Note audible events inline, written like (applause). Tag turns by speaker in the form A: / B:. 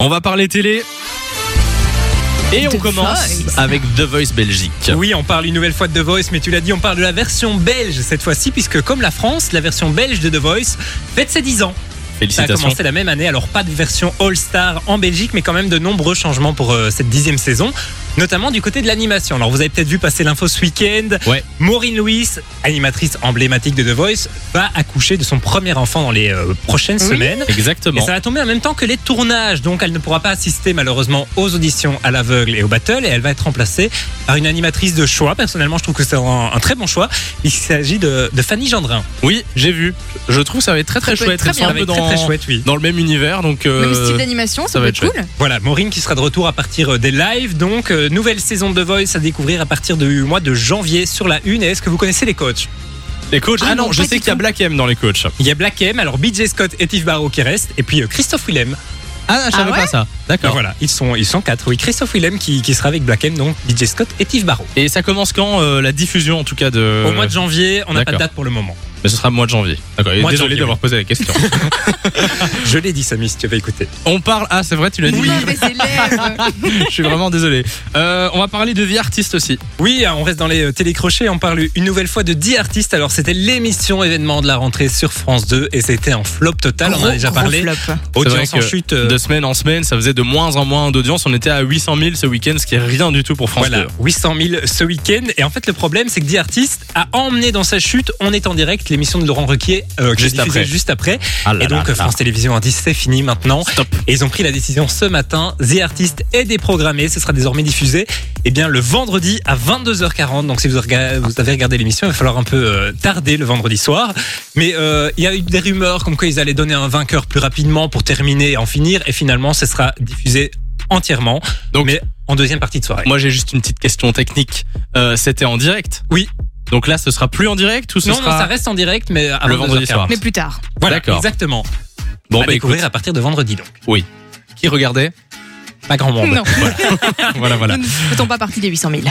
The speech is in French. A: On va parler télé. Et on
B: The
A: commence
B: Voice.
A: avec The Voice Belgique.
C: Oui, on parle une nouvelle fois de The Voice, mais tu l'as dit, on parle de la version belge cette fois-ci, puisque comme la France, la version belge de The Voice fête ses 10 ans. Ça a
A: Félicitations.
C: commencé la même année, alors pas de version All-Star en Belgique, mais quand même de nombreux changements pour euh, cette dixième saison, notamment du côté de l'animation. Alors vous avez peut-être vu passer l'info ce week-end,
A: Ouais.
C: Maureen Lewis, animatrice emblématique de The Voice, va accoucher de son premier enfant dans les euh, prochaines
B: Oui.
C: semaines. Et
A: Exactement.
C: ça va tomber en même temps que les tournages, donc elle ne pourra pas assister malheureusement aux auditions à l'aveugle et au battle, et elle va être remplacée par une animatrice de choix. Personnellement, je trouve que c'est un, un très bon choix. Il s'agit de, de Fanny Gendrin.
A: Oui, j'ai vu. Je trouve ça va être très très
B: Ça peut
A: chouette.
B: être très
A: Elles sont un
B: bien.
A: peu
C: Avec
A: dans,
C: très très chouette, oui.
A: dans le même univers, donc euh,
B: Même style d'animation, ça,
A: ça va
B: peut
A: être
B: être cool.
C: Voilà, Maureen qui sera de retour à partir des lives, donc euh, nouvelle saison de The Voice à découvrir à partir du mois de janvier sur la une. Et est-ce que vous connaissez les coachs
A: les coachs. Ah,
B: Ah
A: non,
B: non,
A: je
B: pas
A: sais
B: du
A: qu'il y a
B: tout.
A: Black M dans les coachs.
C: Il y a Black M, alors BJ Scott et Tiff Barrow qui restent, et puis euh, Christophe Willem.
A: Ah, je
B: savais ouais
A: pas ça.
C: Donc
A: D'accord.
C: voilà, ils sont, ils sont quatre. Oui, Christophe Willem qui, qui sera avec Black M, donc BJ Scott et Tiff Barrow.
A: Et ça commence quand euh, la diffusion en tout cas de.
C: Au mois de janvier, on n'a pas de
A: Euh, d'accord.
C: date pour le moment.
A: Mais ce sera mois de janvier. D'accord. Et
C: Mois de
A: Désolé
C: janvier,
A: d'avoir posé la
C: (laughs)
A: question.
C: Je l'ai dit, Samy, si tu avais écouté.
A: on parle. Ah, c'est vrai, tu l'as dit.
B: Il avait ses lèvres.
A: (laughs) je suis vraiment désolé. Euh, on va parler de vie artiste aussi.
C: Oui, on reste dans les euh, télécrochets. On parle une nouvelle fois de 10 artistes. Alors, c'était l'émission événement de la rentrée sur France 2 et c'était un flop total. on en
B: Gros,
C: a déjà
B: gros
C: parlé.
B: flop.
C: Audience
A: C'est vrai
C: en
A: que
C: chute. euh,
A: De semaine en semaine, ça faisait de moins en moins d'audience. On était à 800 000 ce week-end, ce qui est rien du tout pour France
C: Voilà, 800 000 ce week-end. Et en fait, le problème, c'est que 10 artistes a emmené dans sa chute, on est en direct, l'émission de Laurent Requier, euh, qui
A: Juste
C: est diffusée
A: après.
C: juste après.
A: 2. Ah là
C: et
A: là
C: donc,
A: là.
C: France Télévisions a dit c'est fini maintenant.
A: Stop.
C: Et ils ont pris la décision ce matin, The Artist est déprogrammé, ce sera désormais diffusé eh bien, le vendredi à 22h40. Donc si vous, rega- vous avez regardé l'émission, il va falloir un peu euh, tarder le vendredi soir. Mais euh, il y a eu des rumeurs comme quoi ils allaient donner un vainqueur plus rapidement pour terminer et en finir. Et finalement, ce sera diffusé entièrement,
A: Donc-
C: mais en deuxième partie de soirée.
A: Moi, j'ai juste une petite question technique. Euh, C'était en direct
C: Oui.
A: Donc là, ce sera plus en direct ou ce
C: non,
A: sera
C: non, ça reste en direct, mais à
A: le
C: 22h40.
A: vendredi soir
B: Mais plus tard.
C: Voilà,
A: D'accord.
C: exactement.
A: Bon,
C: à
A: bah
C: découvrir
A: écoute,
C: à partir de vendredi, donc.
A: qui regardait
C: (laughs) Pas grand monde.
B: Non,
A: ben, Voilà, voilà.
B: (laughs) nous ne faisons pas partie des 800 000.